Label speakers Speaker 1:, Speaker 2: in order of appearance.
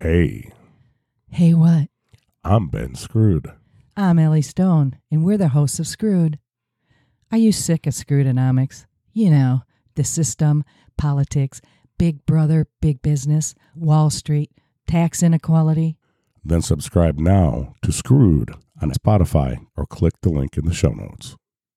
Speaker 1: Hey,
Speaker 2: Hey, what?
Speaker 1: I'm Ben Screwed.
Speaker 2: I'm Ellie Stone, and we're the hosts of Screwed. Are you sick of Screwdenomics? You know, the system, politics, big brother, big business, Wall Street, tax inequality.
Speaker 1: Then subscribe now to Screwed on Spotify or click the link in the show notes.